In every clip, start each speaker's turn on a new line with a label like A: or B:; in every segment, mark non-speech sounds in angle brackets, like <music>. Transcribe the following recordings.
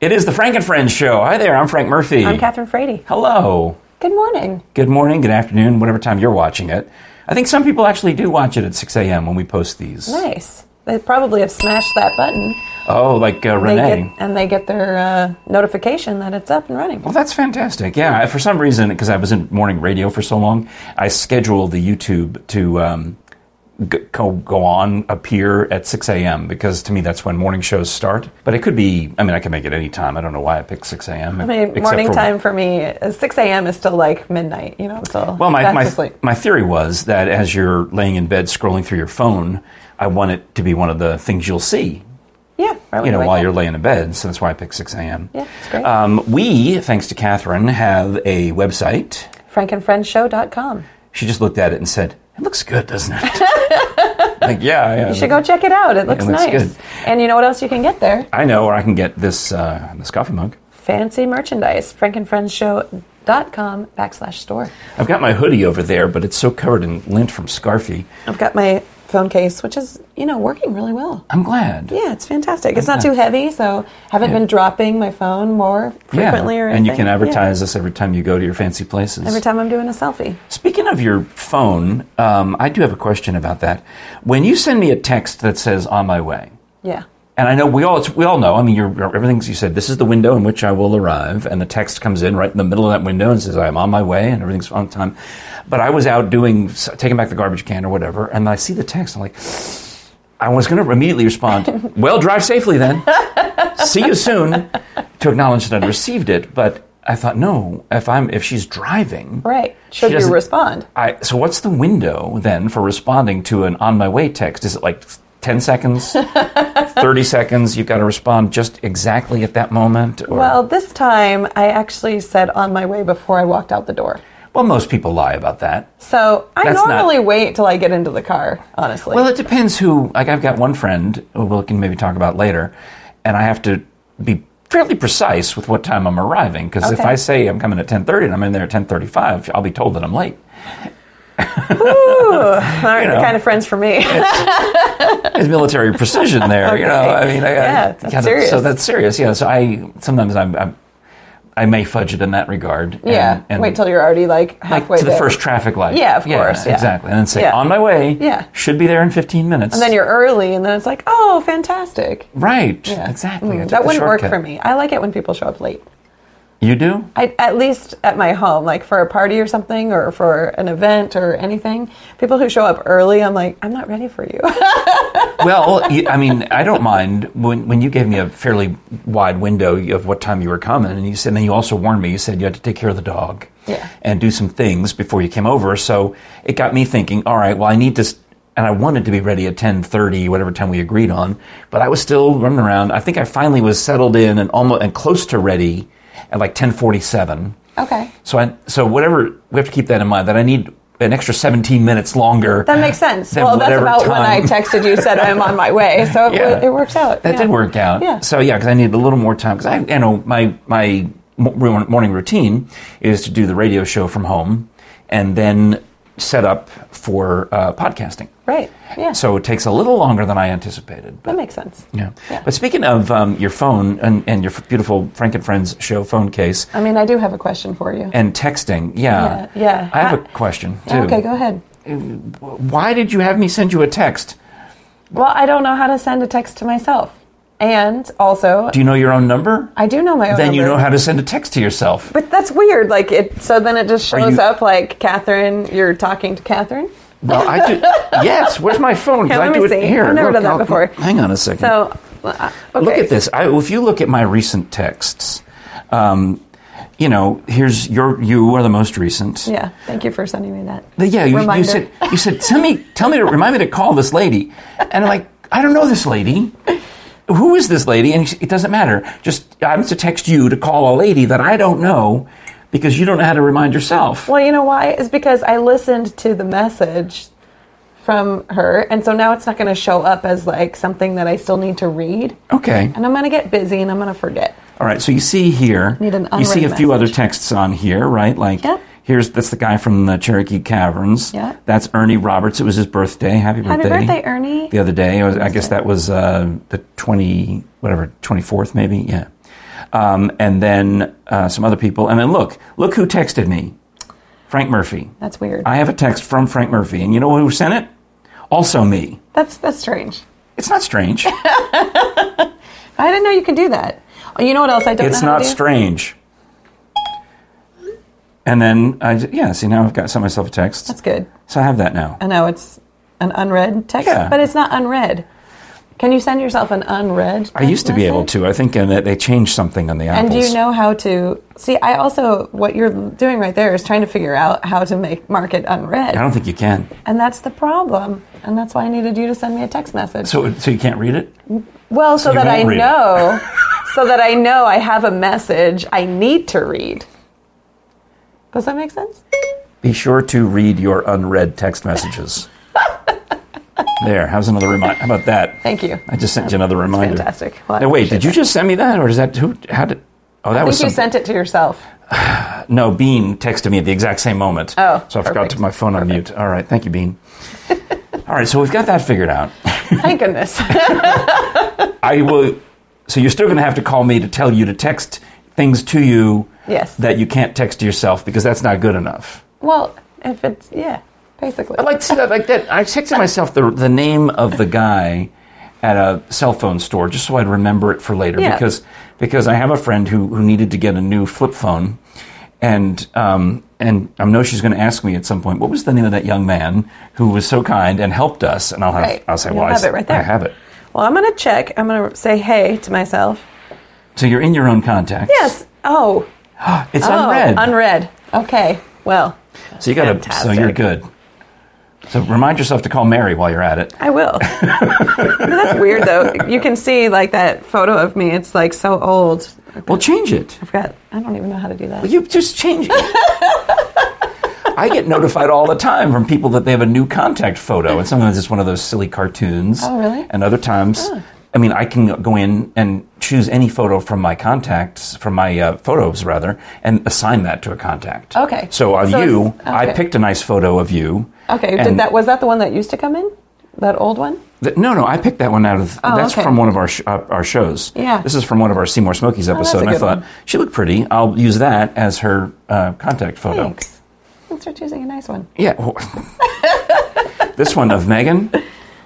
A: It is the Frank and Friends show. Hi there, I'm Frank Murphy.
B: I'm Catherine Frady.
A: Hello.
B: Good morning.
A: Good morning, good afternoon, whatever time you're watching it. I think some people actually do watch it at 6 a.m. when we post these.
B: Nice. They probably have smashed that button.
A: Oh, like uh,
B: They
A: Renee.
B: get, and they get their uh, notification that it's up and running.
A: Well, that's fantastic. Yeah, for some reason, because I was in morning radio for so long, I scheduled the YouTube to um, g- go, go on appear at 6 a.m. because to me that's when morning shows start. But it could be, I mean, I can make it any time. I don't know why I picked 6 a.m.
B: I mean, morning time for me, uh, is 6 a.m. is still like midnight, you know? So
A: Well, my,
B: fast
A: my,
B: asleep.
A: my theory was that as you're laying in bed scrolling through your phone, I want it to be one of the things you'll see
B: yeah, right
A: you know, while you're
B: late.
A: laying in bed. So that's why I picked 6 a.m.
B: Yeah, it's great.
A: Um, we, thanks to Catherine, have a website.
B: FrankandFriendShow.com.
A: She just looked at it and said, "It looks good, doesn't it?" <laughs> like, yeah, yeah.
B: You should go check it out. It looks,
A: looks
B: nice.
A: good.
B: And you know what else you can get there?
A: I know where I can get this uh, this coffee mug.
B: Fancy merchandise. FrankandFriendShow.com backslash store.
A: I've got my hoodie over there, but it's so covered in lint from Scarfy.
B: I've got my phone case, which is, you know, working really well.
A: I'm glad.
B: Yeah, it's fantastic. It's not
A: Okay.
B: too heavy, so haven't been dropping my phone more
A: Yeah.
B: frequently or
A: and you can
B: anything. Yeah.
A: advertise this every time you go to your fancy places.
B: every time I'm doing a selfie.
A: Speaking of your phone, um, I do have a question about that. When you send me a text that says "on my way,"
B: Yeah.
A: And I know we all it's, we all know. I mean, you're, everything's you said. This is the window in which I will arrive, and the text comes in right in the middle of that window and says, "I am on my way," and everything's on time. But I was out doing taking back the garbage can or whatever, and I see the text. I'm like, I was going to immediately respond, "Well, drive safely then. see you soon," to acknowledge that I'd received it. But I thought, no, if I'm if she's driving,
B: Right. Should you
A: doesn't-
B: respond?
A: I, so what's the window then for responding to an on my way text? Is it like 10
B: <laughs>
A: seconds, 30 seconds? You've got to respond just exactly at that moment? Or,
B: Well, this time I actually said on my way before I walked out the door.
A: Well, most people lie about that.
B: So I
A: That's not-
B: normally wait till I get into the car, honestly.
A: Well, it depends who. Like, I've got one friend who we can maybe talk about later, and I have to be fairly precise with what time I'm arriving because if
B: Okay.
A: I say I'm coming at 10:30 and I'm in there at 10:35, I'll be told that I'm late.
B: Aren't
A: you
B: the
A: know.
B: kind of friends for me.
A: It's military precision there, you know. I mean, I, I-
B: Yeah, that's
A: kinda-
B: serious.
A: so that's serious. Yeah. So I sometimes I'm, I'm I may fudge it in that regard.
B: <laughs> yeah. wait till you're already
A: like
B: like halfway
A: to the
B: there.
A: first traffic light.
B: Yeah, of course, yeah.
A: exactly. And then say
B: Yeah.
A: on my way.
B: Yeah.
A: should be there in 15 minutes.
B: And then you're early, and then it's like, oh, fantastic.
A: right.
B: Yeah.
A: Exactly. I
B: Mm,
A: took
B: that
A: the
B: wouldn't work
A: shortcut.
B: for me. I like it when people show up late.
A: You do?
B: I, at least at my home, like for a party or something, or for an event or anything, people who show up early, I'm like, I'm not ready for you. <laughs>
A: well, you, I mean, I don't mind when when you gave me a fairly wide window of what time you were coming, and you said, and then you also warned me. You said you had to take care of the dog,
B: Yeah.
A: and do some things before you came over. So it got me thinking. All right, well, I need to. s- And I wanted to be ready at ten thirty, whatever time we agreed on. But I was still running around. I think I finally was settled in and almost and close to ready at like ten forty seven.
B: okay.
A: So I so whatever we have to keep that in mind that I need an extra seventeen minutes longer.
B: That makes sense.
A: than
B: Well, that's
A: whatever
B: about when I
A: time-
B: texted you, said I'm on my way. So it,
A: Yeah.
B: wo- it works out.
A: That
B: Yeah.
A: did work out.
B: Yeah.
A: So yeah, because I needed a little more time because I, you know, my my mo- ru- morning routine is to do the radio show from home and then set up for uh, podcasting.
B: Right. Yeah.
A: So it takes a little longer than I anticipated. But,
B: that makes sense.
A: yeah. But speaking of um, your phone and, and your f- beautiful Frank and Friends show phone case
B: I mean, I do have a question for you.
A: and texting, yeah,
B: Yeah, yeah.
A: I have a
B: I-
A: question too.
B: Yeah, okay, go ahead.
A: Why did you have me send you a text?
B: Well, I don't know how to send a text to myself, and also
A: Do you know your own number?
B: I do know my own.
A: then you
B: number.
A: know how to send a text to yourself.
B: But that's weird. Like it. So then it just
A: Are
B: shows
A: you-
B: up like Catherine. You're talking to Catherine.
A: Well, I do. yes. Where's my phone?
B: <laughs>
A: 'Cause
B: Here, let
A: I
B: me
A: do it
B: see.
A: here.
B: I've never
A: Look,
B: done that
A: I'll-
B: before.
A: Hang on a second.
B: So uh, okay.
A: Look at this. I, if you look at my recent texts, um, you know, here's your. You are the most recent.
B: Yeah. Thank you for sending me that.
A: But yeah. You, you
B: Reminder.
A: said. You said. Tell me. Tell me. To, remind me to call this lady. And I'm like, I don't know this lady. Who is this lady? And it doesn't matter. Just I'm to text you to call a lady that I don't know, because you don't know how to remind yourself.
B: Well, you know why? Is because I listened to the message from her, and so now it's not going to show up as like something that I still need to read,
A: Okay.
B: and I'm going to get busy and I'm going to forget.
A: All right, so you see here,
B: Need an
A: you see a
B: unread
A: few
B: message.
A: other texts on here, right? Like,
B: Yep.
A: here's that's the guy from the Cherokee Caverns.
B: Yeah.
A: That's Ernie Roberts. It was his birthday. Happy
B: Happy
A: birthday.
B: birthday, Ernie.
A: The other day, I, was, I guess that was uh, the 20, whatever, 24th maybe? Yeah. um, and then uh, some other people. And then look, look who texted me, Frank Murphy.
B: That's weird.
A: I have a text from Frank Murphy, and you know who sent it? Also me.
B: that's that's strange.
A: It's not strange.
B: I didn't know you could do that. Oh, you know what else I don't
A: it's
B: know? how
A: not
B: to do?
A: strange. And then I j- yeah, see now I've got sent myself a text,
B: That's good.
A: so I have that now.
B: I know it's an unread text,
A: Yeah.
B: but it's not unread. Can you send yourself an unread?
A: I used to be able
B: message?
A: to. I think uh, that they changed something on the
B: And
A: apples.
B: do you know how to see? I also what you're doing right there is trying to figure out how to make mark it unread,
A: I don't think you can.
B: and that's the problem. And that's why I needed you to send me a text message.
A: So so you can't read it.
B: well, so
A: you
B: that
A: won't
B: I
A: read it.
B: know,
A: <laughs>
B: so that I know I have a message I need to read. Does that make sense?
A: Be sure to read your unread text
B: <laughs>
A: messages. there. How's another reminder? How about that?
B: Thank you.
A: I just sent you another reminder.
B: fantastic. Well, I
A: now, wait,
B: appreciate
A: did you just send me that, or is that who? How did? Oh, that
B: I
A: was
B: think you
A: something.
B: sent it to yourself.
A: No, Bean texted me at the exact same moment.
B: Oh,
A: so I forgot
B: perfect.
A: to put my phone on mute. All right, thank you,
B: <laughs>
A: Bean. All right, so we've got that figured out. <laughs>
B: Thank goodness.
A: I will. So you're still going to have to call me to tell you to text things to you
B: Yes.
A: that you can't text to yourself because that's not good enough.
B: well, if it's yeah, basically.
A: I like to see that like that. I texted myself the the name of the guy at a cell phone store just so I'd remember it for later
B: Yeah.
A: because because I have a friend who who needed to get a new flip phone and um and I know she's going to ask me at some point what was the name of that young man who was so kind and helped us and I'll have
B: Right.
A: I'll say
B: You'll
A: well I,
B: have
A: s-
B: it right there.
A: I have it.
B: Well, I'm gonna check. I'm gonna say hey to myself.
A: So you're in your own contacts.
B: Yes. Oh.
A: <gasps> It's
B: Oh,
A: unread.
B: Unread. Okay. Well,
A: so you got to so
B: Fantastic.
A: you're good. So remind yourself to call Mary while you're at it.
B: I will.
A: <laughs>
B: But that's weird though. You can see like that photo of me. It's like so old.
A: Well, change it.
B: I forgot. I don't even know how to do that.
A: You just change it. I get notified all the time from people that they have a new contact photo, and sometimes it's one of those silly cartoons.
B: Oh, really?
A: And other times, I mean, I can go in and choose any photo from my contacts, from my uh, photos rather, and assign that to a contact.
B: Okay.
A: So on
B: So
A: you,
B: it's-
A: I
B: okay.
A: picked a nice photo of you.
B: Okay. Did
A: and
B: that was that the one that used to come in? That old one?
A: th- no, no, I picked that one out of.
B: Oh,
A: that's
B: okay.
A: from one of our sh- uh, our shows.
B: Yeah. Oh,
A: This is from one of our Seymour Smokies
B: that's
A: episode,
B: a
A: and I
B: good
A: thought
B: one.
A: she looked pretty. I'll use that as her uh, contact photo.
B: Thanks. Thanks for choosing a nice one.
A: Yeah. well, <laughs> this one of Megan,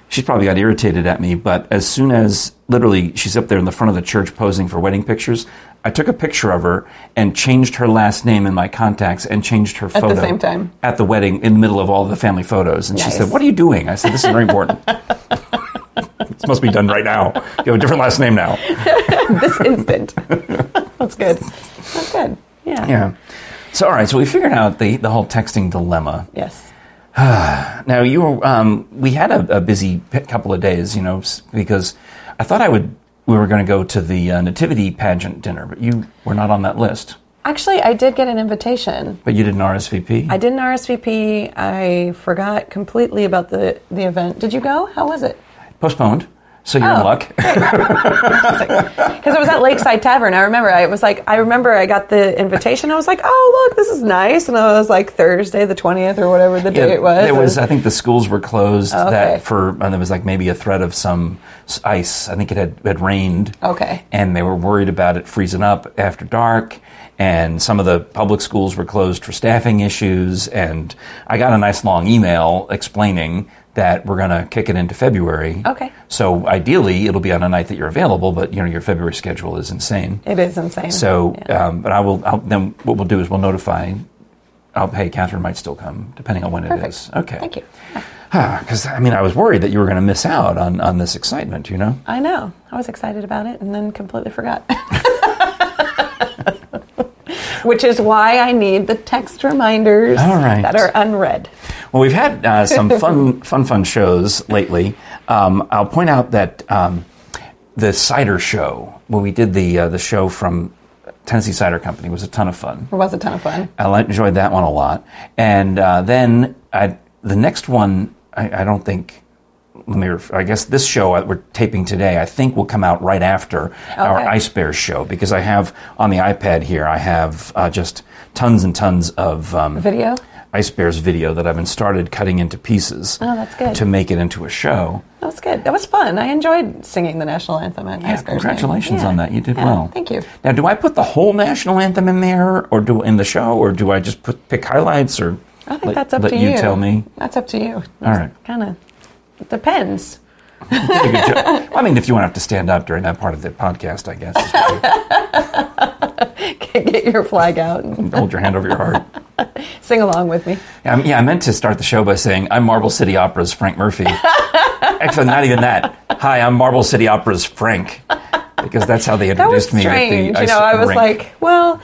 A: she's probably got irritated at me, but as soon as literally she's up there in the front of the church posing for wedding pictures, I took a picture of her and changed her last name in my contacts and changed her photo
B: same time.
A: at the wedding in the middle of all the family photos. And she
B: Nice.
A: said, What are you doing? I said, This is very
B: <laughs>
A: important. this must be done right now. You have a different last name now. <laughs>
B: This instant. that's good. That's good. Yeah.
A: Yeah. So, all right, so we figured out the, the whole texting dilemma.
B: Yes.
A: Now you were, um, we had a, a busy p- couple of days, you know, s- because I thought I would. We were going to go to the uh, nativity pageant dinner, but you were not on that list.
B: Actually, I did get an invitation.
A: But you didn't RSVP.
B: I didn't RSVP. I forgot completely about the, the event. Did you go? How was it?
A: Postponed. So you're in
B: Oh.
A: luck. <laughs>
B: Because it was at Lakeside Tavern. I remember. I was like, I remember I got the invitation. I was like, oh, look, this is nice. And I was like, Thursday the 20th or whatever the day it was.
A: There was, I think, the schools were closed.
B: Oh, okay.
A: That for and there was like maybe a threat of some s- ice. I think it had had rained.
B: Okay.
A: And they were worried about it freezing up after dark. And some of the public schools were closed for staffing issues. And I got a nice long email explaining that we're going to kick it into February.
B: Okay.
A: So ideally, it'll be on a night that you're available, but you know your February schedule is insane.
B: It is insane.
A: So,
B: Yeah.
A: um, but I will. I'll, then what we'll do is we'll notify. I'll, hey, Catherine might still come, depending on when it
B: Perfect.
A: is. Okay.
B: Thank you.
A: Because I mean, I was worried that you were going to miss out on on this excitement. You know.
B: I know. I was excited about it and then completely forgot. <laughs> Which is why I need the text reminders
A: All right.
B: that are unread.
A: Well, we've had uh,
B: <laughs>
A: some fun, fun, fun shows lately. Um, I'll point out that um, the cider show when we did the uh, the show from Tennessee Cider Company was a ton of fun.
B: It was a ton of fun.
A: I li- enjoyed that one a lot. And uh, then I, the next one, I, I don't think. Let me. Ref- I guess this show that we're taping today, I think, will come out right after our
B: Okay.
A: Ice Bears show because I have on the iPad here, I have uh, just tons and tons of um,
B: Video?
A: Ice Bears video that I've been started cutting into pieces
B: Oh, that's good.
A: to make it into a show.
B: That was good. That was fun. I enjoyed singing the national anthem at
A: Yeah,
B: Ice Bears.
A: congratulations
B: Yeah.
A: on that. You did
B: Yeah,
A: well.
B: Thank you.
A: Now, do I put the whole national anthem in there, or do in the show, or do I just put pick highlights, or
B: I think
A: let,
B: that's up
A: let
B: to
A: you,
B: you.
A: tell
B: <laughs>
A: me?
B: That's up to you.
A: All right.
B: Kind of. It depends. <laughs>
A: Pretty good job. I mean, if you want to have to stand up during that part of the podcast, I guess is what
B: Get your flag out and
A: you- hold your hand over your heart.
B: sing along with me.
A: Yeah, I- yeah, I meant to start the show by saying I'm Marble City Opera's Frank
B: <laughs>
A: Murphy. Actually, not even that. Hi, I'm Marble City Opera's Frank, because that's how they
B: That was
A: introduced me. at the
B: strange. you
A: ice
B: know, I was
A: rink.
B: like, well,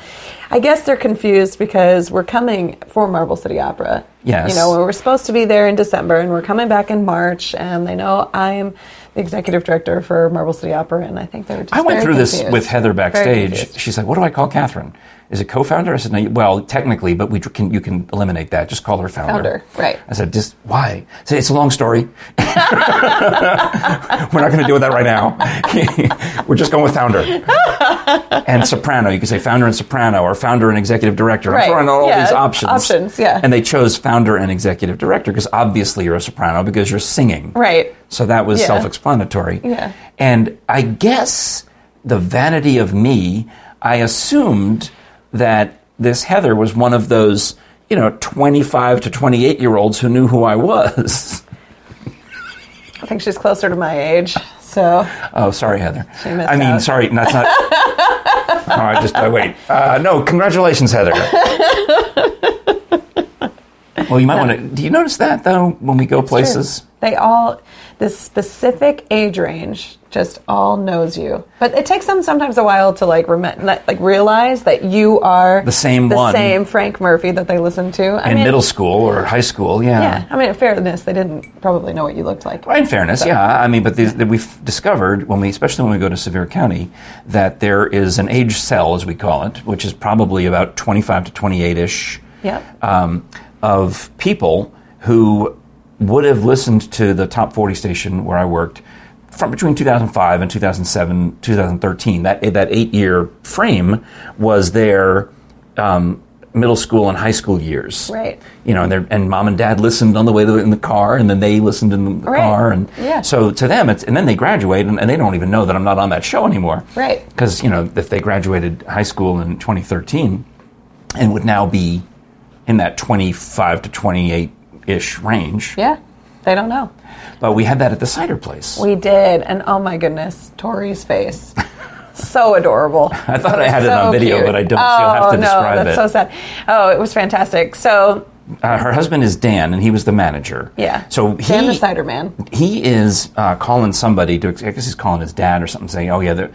B: I guess they're confused because we're coming for Marble City Opera.
A: Yes.
B: You know, we were supposed to be there in December and we're coming back in March and they know I'm the executive director for Marble City Opera and I think they were just
A: I went
B: very
A: through this
B: confused.
A: with Heather
B: Very
A: backstage.
B: confused.
A: She's like, "What do I call Catherine? Is it co-founder?" I said, no, you- "Well, technically, but we can you can eliminate that. Just call her founder."
B: Founder, right.
A: I said, "Just why?" I said, "It's a long story. <laughs> We're not going to deal with that right now. <laughs> We're just going with
B: <laughs>
A: founder and soprano. You could say founder and soprano, or founder and executive director.
B: Right.
A: I'm throwing out all
B: Yeah,
A: these options.
B: options, yeah.
A: And they chose founder and executive director because obviously you're a soprano because you're singing.
B: Right.
A: So that was
B: Yeah.
A: self-explanatory.
B: Yeah.
A: And I guess the vanity of me, I assumed that this Heather was one of those, you know, 25 to 28 year olds who knew who I was. <laughs>
B: I think she's closer to my age. So
A: Oh, sorry, Heather.
B: She missed
A: I mean,
B: out.
A: sorry, that's
B: <laughs>
A: not. oh, I just I wait. Uh, no, congratulations,
B: <laughs>
A: Heather. well, you might want to. Do you notice that though when we go places?
B: They all, this specific age range, just all knows you. But it takes them sometimes a while to like remem- like realize that you are
A: The same one.
B: same Frank Murphy that they listen to. I
A: In
B: mean,
A: middle school or high school, yeah.
B: Yeah, I mean, in fairness, they didn't probably know what you looked like.
A: In fairness, yeah. I mean, but these, we've discovered when we, especially when we go to Sevier County, that there is an age cell, as we call it, which is probably about 25 to 28 ish.
B: Yep.
A: um, of people who would have listened to the top 40 station where I worked from between 2005 and 2007, 2013. That, eh, that eight year frame was their um, middle school and high school years.
B: Right.
A: You know, and, their- and mom and dad listened on the way to, in the car, and then they listened in the
B: Right.
A: car. And
B: Yeah.
A: so to them, it's, and then they graduate, and, and they don't even know that I'm not on that show anymore.
B: Right.
A: Because, you know, if they graduated high school in 2013 and would now be in that 25 to 28 ish range.
B: yeah, they don't know.
A: But we had that at the cider place.
B: We did, and oh my goodness, Tori's
A: <laughs>
B: face. So adorable.
A: I thought I had it on
B: So
A: video,
B: cute.
A: but I don't. so you'll have
B: Oh,
A: to
B: no,
A: describe
B: that's
A: it.
B: so sad. Oh, it was fantastic. So,
A: uh, her husband is Dan, and he was the manager.
B: yeah.
A: So he
B: Dan the Cider Man.
A: he is uh, calling somebody to. I guess he's calling his dad or something, saying, "Oh yeah, they're-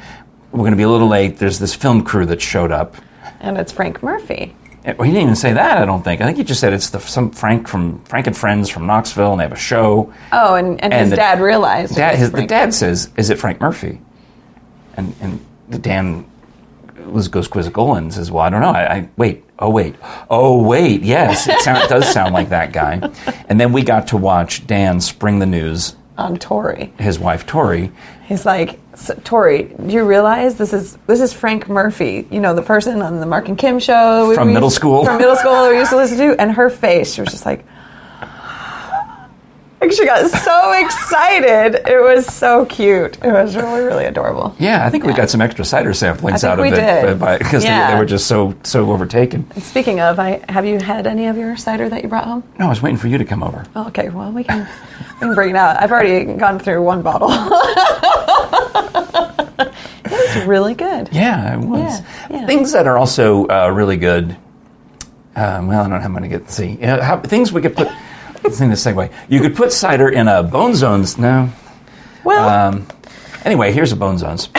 A: we're going to be a little late. There's this film crew that showed up."
B: And it's Frank Murphy.
A: Eh, well, he didn't even say that. I don't think. I think he just said it's the some Frank from Frank and Friends from Knoxville, and they have a show.
B: Oh, and, and, his
A: the-
B: dad realized. it
A: Dad,
B: was
A: his, the
B: Frank.
A: dad says, "Is it Frank Murphy?" And and the Dan was goes quizzical and says, "Well, I don't know. I, I wait. Oh wait. Oh wait. Yes, it, sound, it does sound like that guy." And then we got to watch Dan spring the news.
B: on Tori.
A: His wife Tori.
B: He's like, "S- Tori, do you realize this is this is Frank Murphy? You know, the person on the Mark and Kim show we-
A: From
B: we
A: middle
B: used-
A: school.
B: From middle school, we used to listen to, and her face, she was just like. Like she got so excited. It was so cute. It was really, really adorable.
A: Yeah, I think we got some extra cider samplings
B: I think
A: out of
B: we did.
A: it because they,
B: Yeah.
A: they were just so so overtaken.
B: Speaking of, I have you had any of your cider that you brought home?
A: No, I was waiting for you to come over.
B: Oh, okay, well we can we can bring it out. I've already gone through one bottle. <laughs> it was really good.
A: Yeah, it was.
B: Yeah, yeah.
A: Things that are also uh, really good. Um, well, I don't know how I'm going to get see. You know, how, things we could put. <laughs> Let's think this segue. You could put cider in a bone zones. No.
B: Well,
A: Um, anyway, here's a bone
B: <laughs>
A: zones. <laughs>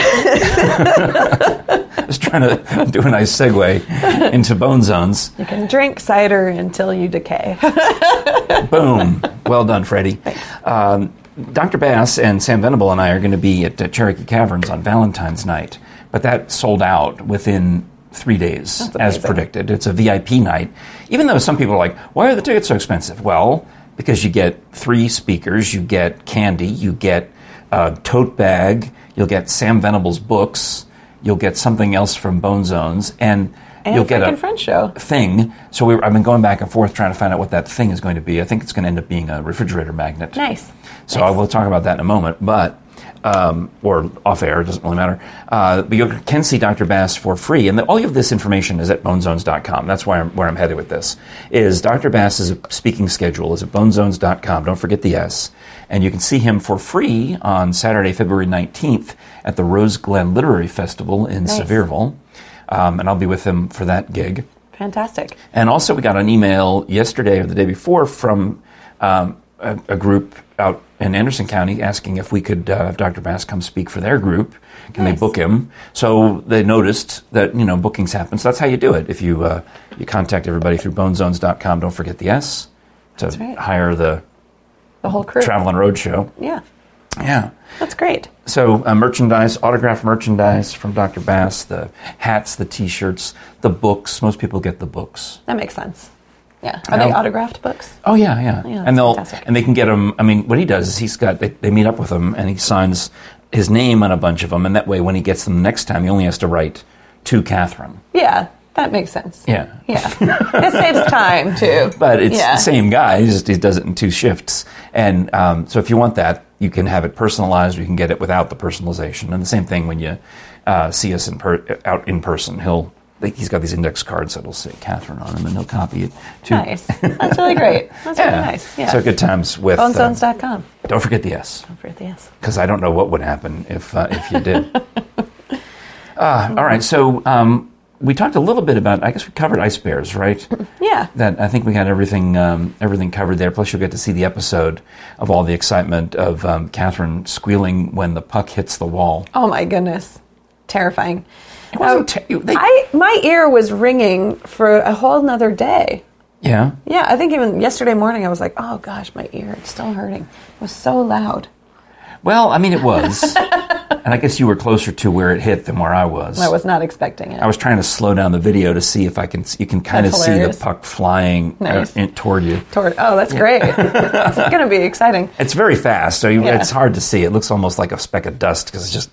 A: Just trying to do a nice segue into bone zones.
B: You can drink cider until you decay.
A: <laughs> Boom. Well done, Freddie. Um, Dr. Bass and Sam Venable and I are going to be at uh, Cherokee Caverns on Valentine's night, but that sold out within three days, as
B: amazing.
A: predicted. It's a VIP night. Even though some people are like, why are the tickets so expensive? Well, because you get three speakers, you get candy, you get a tote bag, you'll get Sam Venable's books, you'll get something else from Bone Zones, and
B: and
A: You'll
B: a
A: get
B: freaking
A: a-
B: French show.
A: thing. So we, I've been going back and forth trying to find out what that thing is going to be. I think it's going to end up being a refrigerator magnet.
B: Nice.
A: So I will talk about that in a moment, but um, or off air, it doesn't really matter. Uh, but you can see Dr. Bass for free, and the, all of this information is at bonezones.com. That's why I'm, where I'm headed with this. Is Dr. Bass's speaking schedule is at bonezones.com. Don't forget the S, and you can see him for free on Saturday, February 19th at the Rose Glen Literary Festival in
B: Nice.
A: Sevierville, um, and I'll be with him for that gig.
B: Fantastic.
A: And also, we got an email yesterday or the day before from um, a, a group out in Anderson County asking if we could uh, have Dr. Bass come speak for their group. Can they
B: Nice.
A: book him? So they noticed that you know bookings happen. So that's how you do it. If you uh, you contact everybody through bonezones.com, don't forget the S to
B: right.
A: hire the
B: The whole crew.
A: Travel and Road Show.
B: Yeah,
A: Yeah.
B: that's great.
A: So uh, merchandise, autograph merchandise from Dr. Bass, the hats, the T-shirts, the books. Most people get the books.
B: That makes sense. Yeah. Are they
A: Yeah.
B: autographed books?
A: Oh yeah, yeah.
B: that's
A: and they'll
B: fantastic.
A: and they can get him. I mean, what he does is he's got they, they meet up with him and he signs his name on a bunch of them, and that way when he gets them the next time, he only has to write to Catherine.
B: Yeah, that makes sense.
A: Yeah.
B: Yeah. it saves time too.
A: <laughs> But it's
B: Yeah.
A: the same guy. He just he does it in two shifts, and um, so if you want that, you can have it personalized. Or you can get it without the personalization. And the same thing when you uh, see us in per- out in person, he'll he's got these index cards that'll say Catherine on them, and he'll copy it to
B: Nice. That's really great. That's really nice. Yeah.
A: So good times with. uh,
B: Bonezones.com.
A: don't forget the S.
B: Don't forget the S.
A: because I don't know what would happen if uh, if you did. <laughs> uh, all right, so um, we talked a little bit about. I guess we covered ice bears,
B: <laughs>
A: right?
B: Yeah.
A: that I think we got everything um, everything covered there. Plus, you'll get to see the episode of all the excitement of um, Catherine squealing when the puck hits the wall.
B: Oh my goodness. Terrifying. Um,
A: It wasn't ter- you- they-
B: I my ear was ringing for a whole nother day.
A: yeah,
B: Yeah, I think even yesterday morning I was like, "Oh gosh, my ear, it's still hurting." It was so loud.
A: well, I mean, it
B: <laughs>
A: was, and I guess you were closer to where it hit than where I was.
B: I was not expecting it.
A: I was trying to slow down the video to see if I can. You can kind of
B: That's
A: see the
B: hilarious.
A: puck flying uh,
B: Nice.
A: in, toward you.
B: Toward, oh,
A: <laughs>
B: that's great. it's going to be exciting.
A: It's very fast, so you,
B: Yeah.
A: it's hard to see. It looks almost like a speck of dust because it's just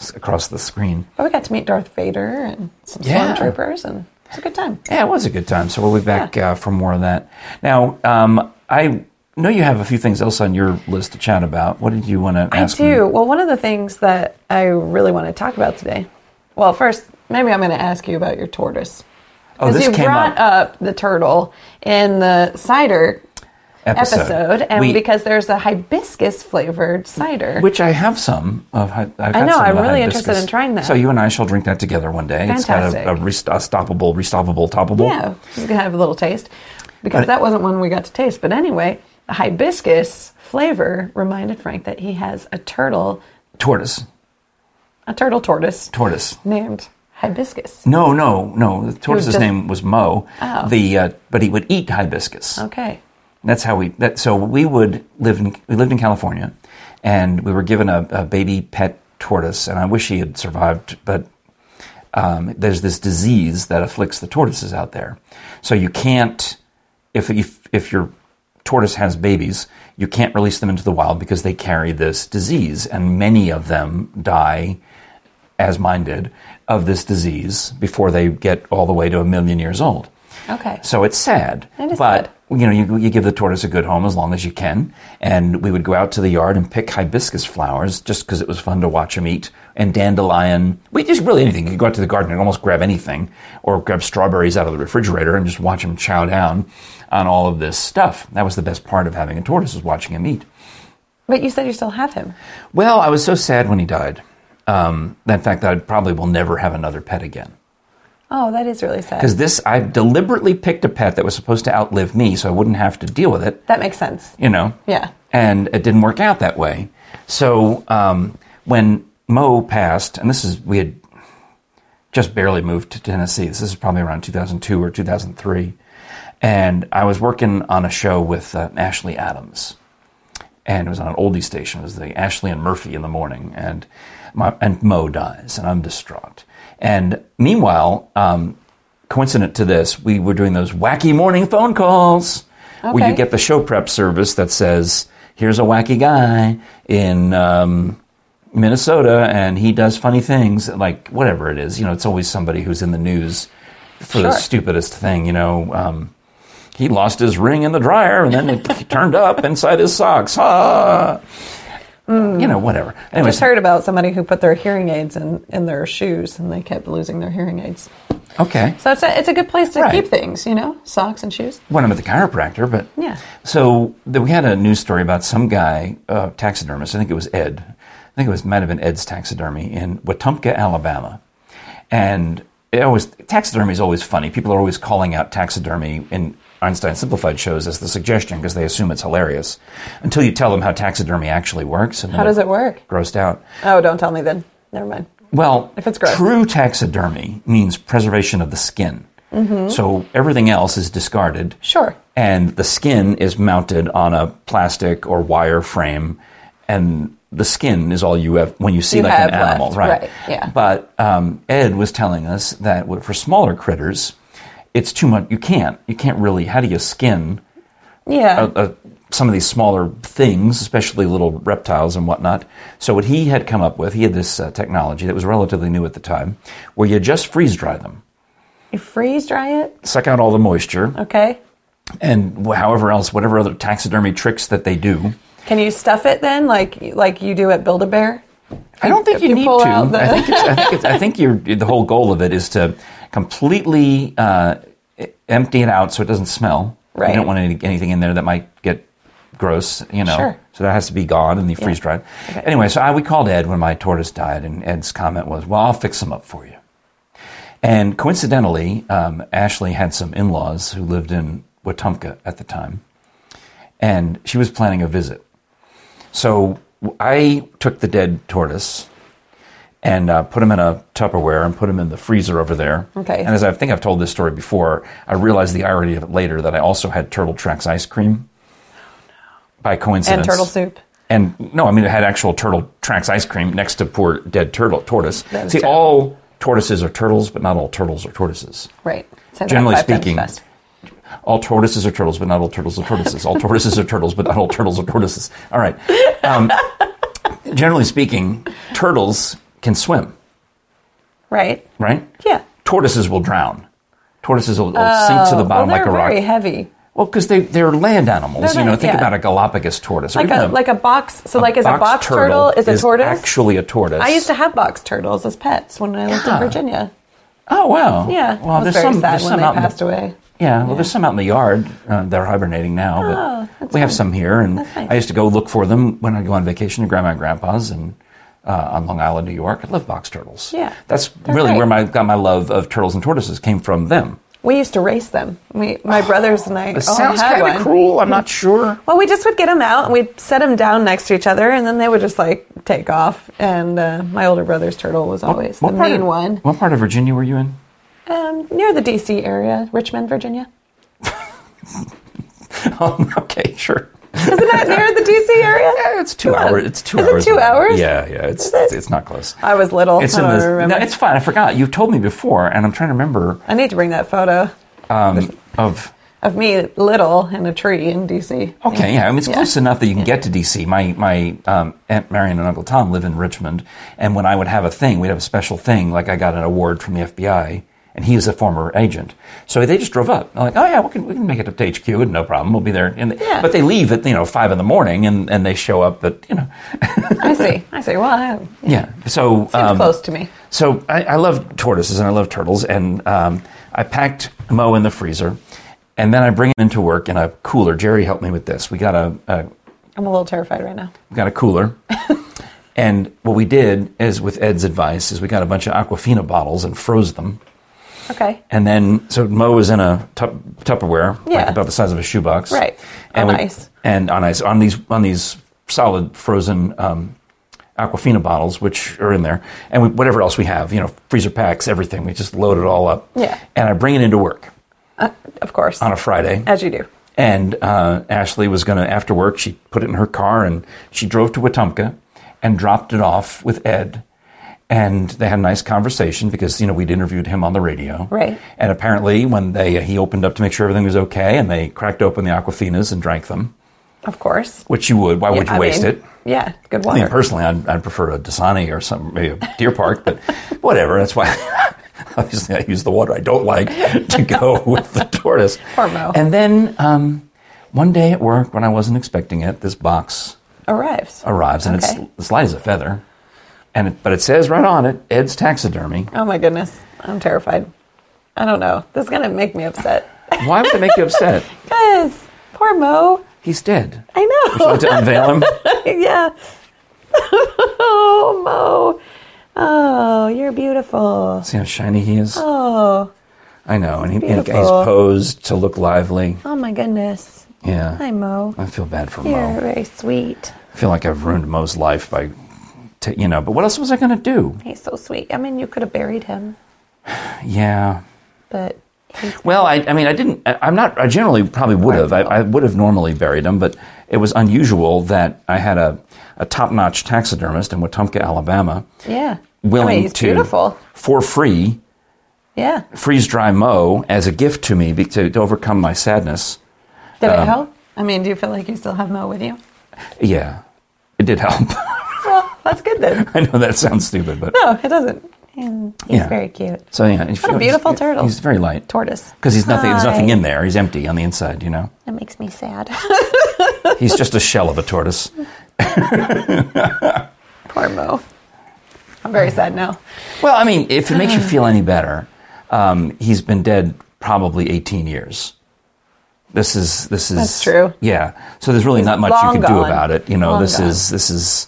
A: s- across the screen.
B: But we got to meet Darth Vader and some
A: Yeah.
B: stormtroopers, and it's a good time.
A: Yeah, it was a good time. So we'll be back
B: Yeah.
A: uh, for more of that. Now, um, I know you have a few things else on your list to chat about. What did you want to
B: I
A: ask? me?
B: do. Well, one of the things that I really want to talk about today. Well, first, maybe I'm going to ask you about your tortoise.
A: Oh,
B: Because
A: this
B: you
A: came
B: brought up. the turtle in the cider
A: Episode.
B: episode, and
A: We-
B: because there's a hibiscus flavored cider.
A: Which I have some of. hi- I've got
B: know,
A: some of
B: I'm
A: the
B: really
A: hibiscus.
B: interested in trying that.
A: So you and I shall drink that together one day. It's
B: Fantastic.
A: got a, a, rest- a stoppable, restoppable, toppable.
B: yeah, just gonna have a little taste because
A: But-
B: that wasn't one we got to taste. But anyway, the hibiscus flavor reminded Frank that he has a turtle,
A: Tortoise.
B: a turtle tortoise
A: Tortoise.
B: named hibiscus.
A: No, no, no. The tortoise's
B: just-
A: name was Mo.
B: Oh.
A: The uh, but he would eat hibiscus.
B: Okay.
A: That's how we. That, so we would live in. We lived in California, and we were given a, a baby pet tortoise, and I wish he had survived, but. Um, there's this disease that afflicts the tortoises out there, so you can't. If if if your tortoise has babies, you can't release them into the wild because they carry this disease, and many of them die, as mine did, of this disease before they get all the way to a million years old.
B: Okay.
A: So it's sad.
B: It is
A: but,
B: sad.
A: you know, you, you give the tortoise a good home as long as you can. And we would go out to the yard and pick hibiscus flowers just because it was fun to watch them eat. And dandelion, we just really anything. You could go out to the garden and almost grab anything or grab strawberries out of the refrigerator and just watch them chow down on all of this stuff. That was the best part of having a tortoise was watching him eat.
B: But you said you still have him.
A: Well, I was so sad when he died. Um, in fact, I probably will never have another pet again.
B: Oh, that is really sad.
A: Because this, I deliberately picked a pet that was supposed to outlive me so I wouldn't have to deal with it.
B: That makes sense.
A: you know.
B: Yeah.
A: And it didn't work out that way. So um, when Mo passed, and this is we had just barely moved to Tennessee. This is probably around 2002 or 2003, and I was working on a show with uh, Ashley Adams, and it was on an oldie station. It was the Ashley and Murphy in the morning, and my, and Mo dies, and I'm distraught. And meanwhile, um, coincident to this, we were doing those wacky morning phone calls where you
B: Okay.
A: get the show prep service that says, "Here's a wacky guy in." Um, Minnesota, and he does funny things, like whatever it is. You know, it's always somebody who's in the news for the
B: Sure.
A: stupidest thing, you know. Um, he lost his ring in the dryer, and then
B: <laughs>
A: it turned up inside his socks. Ah. You know, whatever. Anyways,
B: Hmm. Just heard about somebody who put their hearing aids in, in their shoes and they kept losing their hearing aids.
A: okay.
B: So it's a, it's a good place to
A: Right.
B: keep things, you know, socks and shoes.
A: when I'm at the chiropractor, but
B: Yeah.
A: So th- we had a news story about some guy, uh, taxidermist. I think it was Ed. I think it was might have been Ed's taxidermy in Wetumpka, Alabama, and it always taxidermy is always funny. People are always calling out taxidermy in Einstein Simplified shows as the suggestion because they assume it's hilarious until you tell them how taxidermy actually works. And then
B: How does it work?
A: Grossed out.
B: Oh, don't tell me then. Never mind.
A: Well,
B: If it's gross.
A: true taxidermy means preservation of the skin.
B: Mm-hmm.
A: So everything else is discarded.
B: Sure.
A: And the skin is mounted on a plastic or wire frame, and the skin is all you have when you see
B: You
A: like an
B: have left,
A: animal,
B: right, yeah.
A: But um, Ed was telling us that w- for smaller critters, it's too much. You can't. You can't really. How do you skin
B: Yeah.
A: uh, some of these smaller things, especially little reptiles and whatnot. So what he had come up with, he had this uh, technology that was relatively new at the time, where you just freeze dry them,
B: you freeze dry it?
A: suck out all the moisture,
B: Okay.
A: and wh- however else, whatever other taxidermy tricks that they do.
B: Can you stuff it then, like like you do at Build a Bear?
A: I don't think
B: If
A: you,
B: you
A: need
B: pull
A: to.
B: out the-
A: I think it's, I think, it's, I think you're, the whole goal of it is to completely uh, e- empty it out so it doesn't smell. You
B: Right.
A: don't want any, anything in there that might get gross. You know.
B: Sure.
A: So that has to be gone and you freeze dried.
B: Okay.
A: Anyway, so I, we called Ed when my tortoise died, and Ed's comment was, "Well, I'll fix them up for you." And coincidentally, um, Ashley had some in-laws who lived in Wetumpka at the time, and she was planning a visit. So I took the dead tortoise and uh, put him in a Tupperware and put him in the freezer over there.
B: Okay.
A: And as I think I've told this story before, I realized the irony of it later that I also had Turtle Tracks ice cream by coincidence.
B: And turtle soup.
A: And no, I mean it had actual turtle tracks ice cream next to poor dead turtle tortoise.
B: That is
A: See,
B: terrible.
A: all tortoises are turtles, but not all turtles are tortoises.
B: Right. Say that
A: Generally
B: five times
A: speaking,
B: fast.
A: All tortoises are turtles, but not all turtles are tortoises. All tortoises are turtles, but not all turtles are tortoises. All right. Um, generally speaking, turtles can swim,
B: Right.
A: right?
B: Yeah.
A: Tortoises will drown. Tortoises will, will sink to the
B: Oh, Well,
A: bottom
B: they're
A: like a rock.
B: very heavy.
A: Well, because they, they're land animals.
B: They're
A: you know,
B: land-
A: think
B: yeah.
A: about a Galapagos tortoise. or
B: Like
A: even
B: a like a box. So like is a box turtle, is a tortoise?
A: actually a tortoise.
B: I used to have box turtles as pets when I lived
A: Yeah.
B: in Virginia.
A: Oh wow!
B: Yeah.
A: Well,
B: I was
A: there's
B: very
A: some.
B: sad
A: there's
B: when
A: some
B: they
A: out in the-
B: passed away.
A: Yeah. Well, there's some out in the yard. Uh, they're hibernating now,
B: Oh,
A: but we
B: that's
A: have
B: nice.
A: some here. And
B: That's nice.
A: I used to go look for them when I go on vacation to grandma and grandpa's and uh, on Long Island, New York. I love box turtles.
B: Yeah.
A: That's
B: They're
A: really
B: great.
A: where my got my love of turtles and tortoises came from them.
B: We used to race them. We,
A: <sighs>
B: my brothers and Oh, I all
A: It sounds
B: had
A: kind
B: one.
A: of cruel. I'm not sure.
B: Well, we just would get them out and we'd set them down next to each other, and then they would just like take off. And uh, my older brother's turtle was always Oh, the
A: part
B: main
A: of,
B: one.
A: What part of Virginia were you in? <laughs>
B: Um, near the D.C. area, Richmond, Virginia.
A: Oh, okay, sure.
B: Isn't that near the D.C. area?
A: Yeah, it's two
B: Come on.
A: hours. It's two
B: Is it
A: hours.
B: two
A: away.
B: hours?
A: Yeah, yeah. It's
B: it?
A: it's not close.
B: I was little.
A: It's
B: I
A: in
B: don't
A: this.
B: remember.
A: No, it's fine. I forgot. You've told me before, and I'm trying to remember
B: I need to bring that photo
A: um, of.
B: of me little in a tree in D.C.
A: Okay, yeah. I mean, it's
B: Yeah.
A: close enough that you can get to DC. My my um, aunt Marion and uncle Tom live in Richmond, and when I would have a thing, we'd have a special thing. Like I got an award from the FBI, and he is a former agent, so they just drove up. I'm like, oh yeah, we can we can make it up to HQ, and no problem. We'll be there. And
B: Yeah.
A: but they leave at you know five in the morning, and, and they show up at you know
B: I see. I see. Well, I, it's
A: yeah. So um,
B: close to me.
A: So I, I love tortoises and I love turtles, and um, I packed Mo in the freezer, and then I bring him into work in a cooler. Jerry helped me with this. We got a, a
B: I'm a little terrified right now.
A: we got a
B: <laughs>
A: cooler, and what we did is with Ed's advice is we got a bunch of Aquafina bottles and froze them,
B: Okay.
A: and then so Mo was in a tup Tupperware, like
B: Yeah.
A: about the size of a shoebox,
B: Right. On ice.
A: and on ice on these on these solid frozen um, Aquafina bottles, which are in there, and we, whatever else we have, you know, freezer packs, everything. We just load it all up,
B: Yeah.
A: and I bring it into work
B: Of course.
A: on a Friday,
B: As you do.
A: and uh, Ashley was going to, after work, she put it in her car and she drove to Wetumpka and dropped it off with Ed. And they had a nice conversation because, you know, we'd interviewed him on the radio.
B: Right.
A: And apparently, when they, he opened up to make sure everything was okay, and they cracked open the Aquafinas and drank them,
B: Of course.
A: which you would. Why would you
B: I
A: waste
B: mean,
A: it?
B: Yeah. Good
A: I mean, <laughs>
B: water.
A: personally, I'd, I'd prefer a Dasani or some maybe a Deer Park, but whatever. That's why <laughs> obviously, I use the water I don't like
B: <laughs>
A: to go with the tortoise.
B: Poor Mo.
A: And then um, one day at work, when I wasn't expecting it, this box
B: Arrives.
A: arrives, and
B: Okay.
A: it's as light as a feather. And it, but it says right on it, Ed's Taxidermy.
B: Oh my goodness. I'm terrified. I don't know. This is going to make me upset.
A: Why would it make you
B: <laughs>
A: upset?
B: Because poor Mo.
A: He's dead. Do
B: I
A: you
B: know.
A: want to unveil
B: <laughs>
A: him?
B: yeah. oh, Mo. Oh, you're beautiful.
A: See how shiny he is?
B: Oh,
A: I know, and he, and he's
B: Beautiful.
A: posed to look lively.
B: oh my goodness.
A: Yeah.
B: Hi, Mo.
A: I feel bad for
B: You're
A: Mo.
B: very sweet.
A: I feel like I've ruined Mo's life by, t- you know, but what else was I going to do?
B: He's so sweet. I mean, you could have buried him,
A: Yeah.
B: but he's
A: Well, I, I mean, I didn't, I, I'm not, I generally probably would have. I, I would have normally buried him, but it was unusual that I had a, a top notch taxidermist in Wetumpka, Alabama,
B: yeah.
A: willing
B: I mean, he's
A: to,
B: beautiful.
A: for free,
B: Yeah.
A: freeze dry Mo as a gift to me be, to, to overcome my sadness.
B: Did
A: Um,
B: it help? I mean, do you feel like you still have Mo with you?
A: Yeah, it did help. <laughs>
B: Well, that's good then.
A: I know that sounds stupid,
B: <laughs>
A: but
B: No, it doesn't. And he's
A: Yeah.
B: very cute.
A: so yeah. What
B: beautiful turtle.
A: He's very light.
B: Tortoise.
A: Because he's nothing. There's nothing
B: Hi.
A: in there. He's empty on the inside. You know,
B: That makes me sad. <laughs>
A: he's just a shell of a tortoise.
B: Poor Mo. I'm very sad now.
A: Well, I mean, if it makes you feel any better, um, he's been dead probably 18 years. This is this is
B: That's true.
A: Yeah. So there's really not much you
B: long
A: can do
B: gone.
A: about it. You know,
B: Long
A: this
B: gone.
A: is this is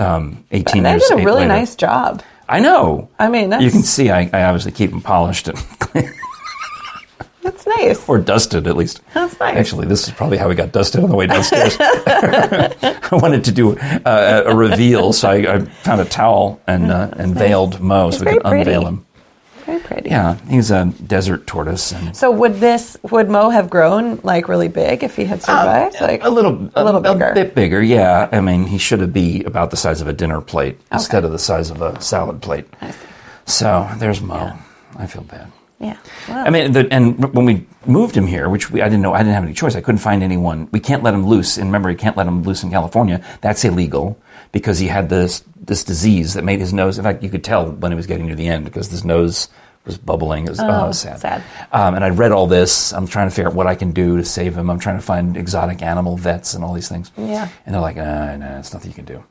A: um, 18
B: And I
A: years.
B: did a
A: eight
B: really
A: later.
B: nice job.
A: I know.
B: I mean, that's,
A: you can see I, I obviously keep them polished and <laughs>
B: that's nice.
A: or dusted at least.
B: That's nice.
A: Actually, this is probably how we got dusted on the way downstairs. <laughs> I wanted to do uh, a reveal, so I, I found a towel and uh, and veiled Mo so
B: He's
A: we could
B: very
A: unveil
B: pretty.
A: him.
B: Very pretty.
A: Yeah, he's a desert tortoise and
B: So would this would Mo have grown like really big if he had survived? Oh, like
A: Uh, a little
B: a little bigger.
A: a bit bigger. Yeah, I mean, he should be about the size of a dinner plate instead of the size of a salad plate.
B: I see.
A: So there's Mo. I feel bad.
B: Yeah. Wow.
A: I mean, the, and when we moved him here, which we, I didn't know, I didn't have any choice. I couldn't find anyone. We can't let him loose. And remember, you can't let him loose in California. That's illegal because he had this this disease that made his nose. In fact, you could tell when he was getting near the end because his nose was bubbling. It was, oh, it was sad.
B: sad.
A: Um, and I read all this. I'm trying to figure out what I can do to save him. I'm trying to find exotic animal vets and all these things.
B: Yeah.
A: And they're like, uh, no, it's nothing you can do.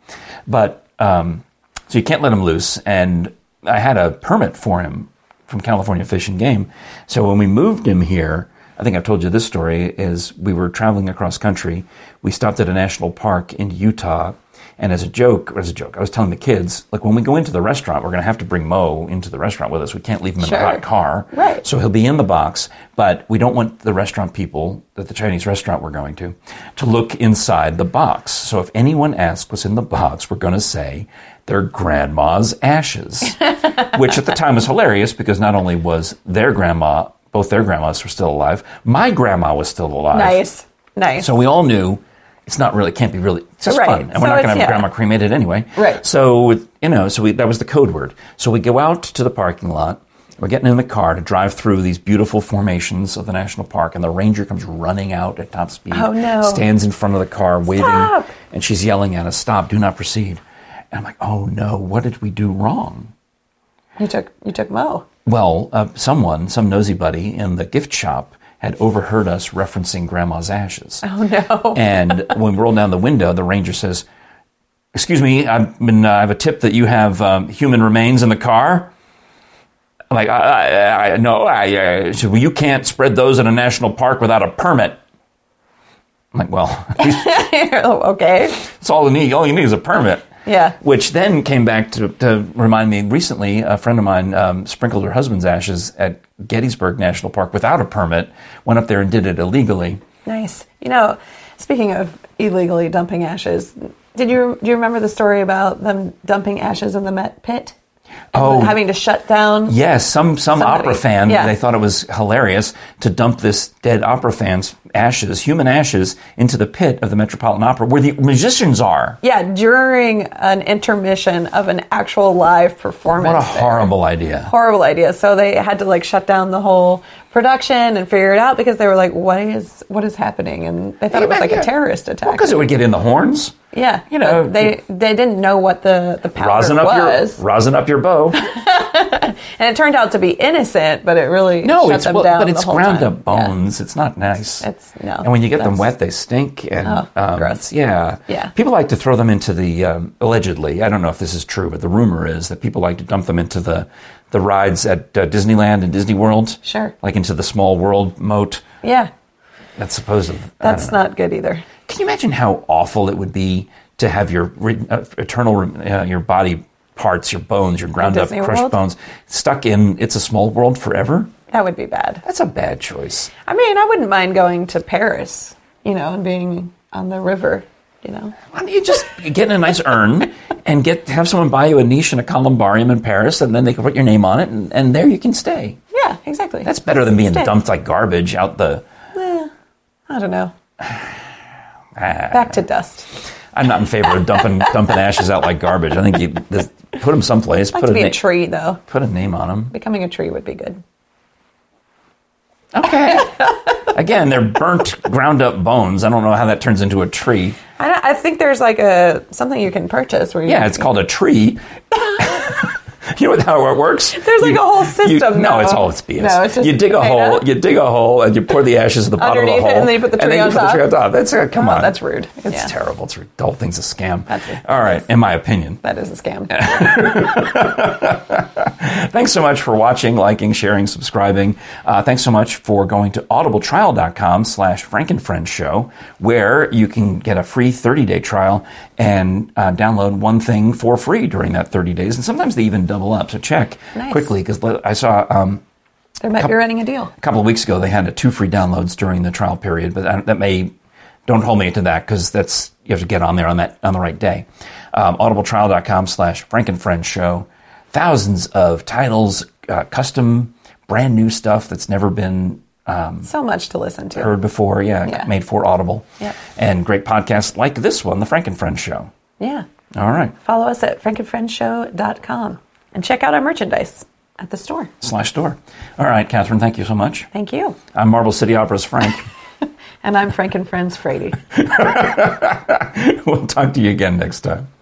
A: But um, so you can't let him loose. And I had a permit for him from California Fish and Game. So when we moved him here, I think I've told you this story, is we were traveling across country. We stopped at a national park in Utah. And as a joke, or as a joke, I was telling the kids, like when we go into the restaurant, we're going to have to bring Mo into the restaurant with us. We can't leave him in
B: Sure.
A: the hot car.
B: Right.
A: So he'll be in the box, but we don't want the restaurant people at the Chinese restaurant we're going to to look inside the box. So if anyone asks what's in the box, we're going to say their grandma's ashes, which at the time was hilarious because not only was their grandma, both their grandmas were still alive, my grandma was still alive.
B: nice. Nice.
A: So we all knew it's not really, it can't be really, it's just
B: Right.
A: fun. And
B: So
A: we're not going to
B: it's-
A: have
B: yeah.
A: grandma cremated anyway.
B: Right.
A: So, you know, so we, that was the code word. So we go out to the parking lot. We're getting in the car to drive through these beautiful formations of the national park, and the ranger comes running out at top speed.
B: Oh, no.
A: Stands in front of the car, waving,
B: Stop.
A: and she's yelling at us, "Stop! Do not proceed!" And I'm like, "Oh no! What did we do wrong?"
B: you took you
A: <laughs>
B: took Mo.
A: Well, uh, someone, some nosy buddy in the gift shop, had overheard us referencing Grandma's ashes.
B: Oh no.
A: And when we roll down the window, the ranger says, "Excuse me, I've been, uh, I have a tip that you have um, human remains in the car." I'm like, I, I, I, "No, I, I she said, well, you can't spread those in a national park without a permit." I'm like, "Well,
B: <laughs>
A: <laughs>
B: Oh, okay.
A: it's all you need. All you need is a permit."
B: Yeah.
A: Which then came back to, to remind me recently, a friend of mine um, sprinkled her husband's ashes at Gettysburg National Park without a permit, went up there and did it illegally.
B: Nice. You know, speaking of illegally dumping ashes, did you do you remember the story about them dumping ashes in the Met Pit?
A: Oh.
B: having to shut down.
A: Yes, some some
B: Somebody.
A: opera fan.
B: Yeah.
A: They thought it was hilarious to dump this dead opera fan's ashes, human ashes, into the pit of the Metropolitan Opera, where the musicians are.
B: Yeah, during an intermission of an actual live performance.
A: What a
B: there.
A: horrible idea!
B: horrible idea. So they had to like shut down the whole production and figure it out because they were like, "What is what is happening?" And they thought it was like a terrorist attack.
A: Because it would get in the horns.
B: Yeah,
A: You know,
B: but they they didn't know what the the powder
A: rosin up
B: was,
A: your rosin up your bow.
B: and it turned out to be innocent, but it really
A: No,
B: shut
A: it's
B: them
A: well,
B: down.
A: but it's
B: the whole
A: ground
B: time.
A: up bones. It's not nice.
B: It's- no,
A: And when you get them
B: that's-
A: wet, they stink. And
B: Oh,
A: um,
B: gross.
A: Yeah,
B: Yeah.
A: People like to throw them into the um, allegedly. I don't know if this is true, but the rumor is that people like to dump them into the the rides at uh, Disneyland and Disney World.
B: Sure.
A: Like into the small world moat.
B: Yeah, yeah,
A: That's supposedly. I
B: that's
A: don't know.
B: not good either.
A: Can you imagine how awful it would be to have your re- uh, eternal re- uh, your body parts, your bones, your ground up
B: Disney
A: crushed
B: World?
A: bones stuck in it's a small world forever?
B: That would be bad.
A: That's a bad choice.
B: I mean, I wouldn't mind going to Paris, you know, and being on the river, you know.
A: Why don't you just get in a nice urn and get have someone buy you a niche in a columbarium in Paris, and then they can put your name on it, and, and there you can stay.
B: Yeah, exactly.
A: That's better than being
B: Stay.
A: dumped like garbage out the.
B: Eh, I
A: <sighs>
B: don't know.
A: Ah.
B: Back to dust.
A: I'm not in favor of dumping dumping ashes out like garbage. I think you just put them someplace.
B: I'd like
A: put
B: to be
A: na-
B: a tree, though.
A: Put a name on them.
B: Becoming a tree would be good.
A: Okay. Again, they're burnt, ground up bones. I don't know how that turns into a tree.
B: I, don't- I think there's like a something you can purchase where you
A: Yeah, it's called a tree. <laughs> you know how it works?
B: There's like a whole
A: You-
B: system.
A: no,
B: though.
A: it's all it's BS.
B: No, it's just
A: you dig a
B: made
A: hole,
B: up.
A: you dig a hole, and you pour the ashes in the bottom of the
B: Underneath
A: hole,
B: it, and then you put the
A: and
B: tree
A: then you
B: on
A: put the
B: top?
A: tree on top. That's uh, come
B: Oh,
A: on,
B: that's rude.
A: It's
B: Yeah.
A: terrible. It's the whole thing's a scam.
B: That's it.
A: All right, in my opinion.
B: That is a scam.
A: Thanks so much for watching, liking, sharing, subscribing. Uh, thanks so much for going to audibletrial.com slash frankenfriendshow, where you can get a free 30-day trial and uh, download one thing for free during that 30 days. And sometimes they even double up, so check
B: Nice.
A: quickly, because I saw... Um,
B: There might be running a deal.
A: a couple of weeks ago they had a two free downloads during the trial period, but that- that may don't hold me to that because that's you have to get on there on that on the right day. Um, audibletrial.com slash frankenfriend show. Thousands of titles, uh, custom, brand new stuff that's never been
B: So much to listen to.
A: heard before. Yeah,
B: Yeah.
A: made for Audible.
B: Yep.
A: And great podcasts like this one, The Frankenfriend Show.
B: Yeah.
A: All right.
B: Follow us at frankenfriendshow.com and check out our merchandise at the store.
A: Slash door. All right, Catherine, thank you so much.
B: Thank you.
A: I'm Marble City Opera's Frank. <laughs>
B: And I'm Frankenfriends Frady.
A: we'll talk to you again next time.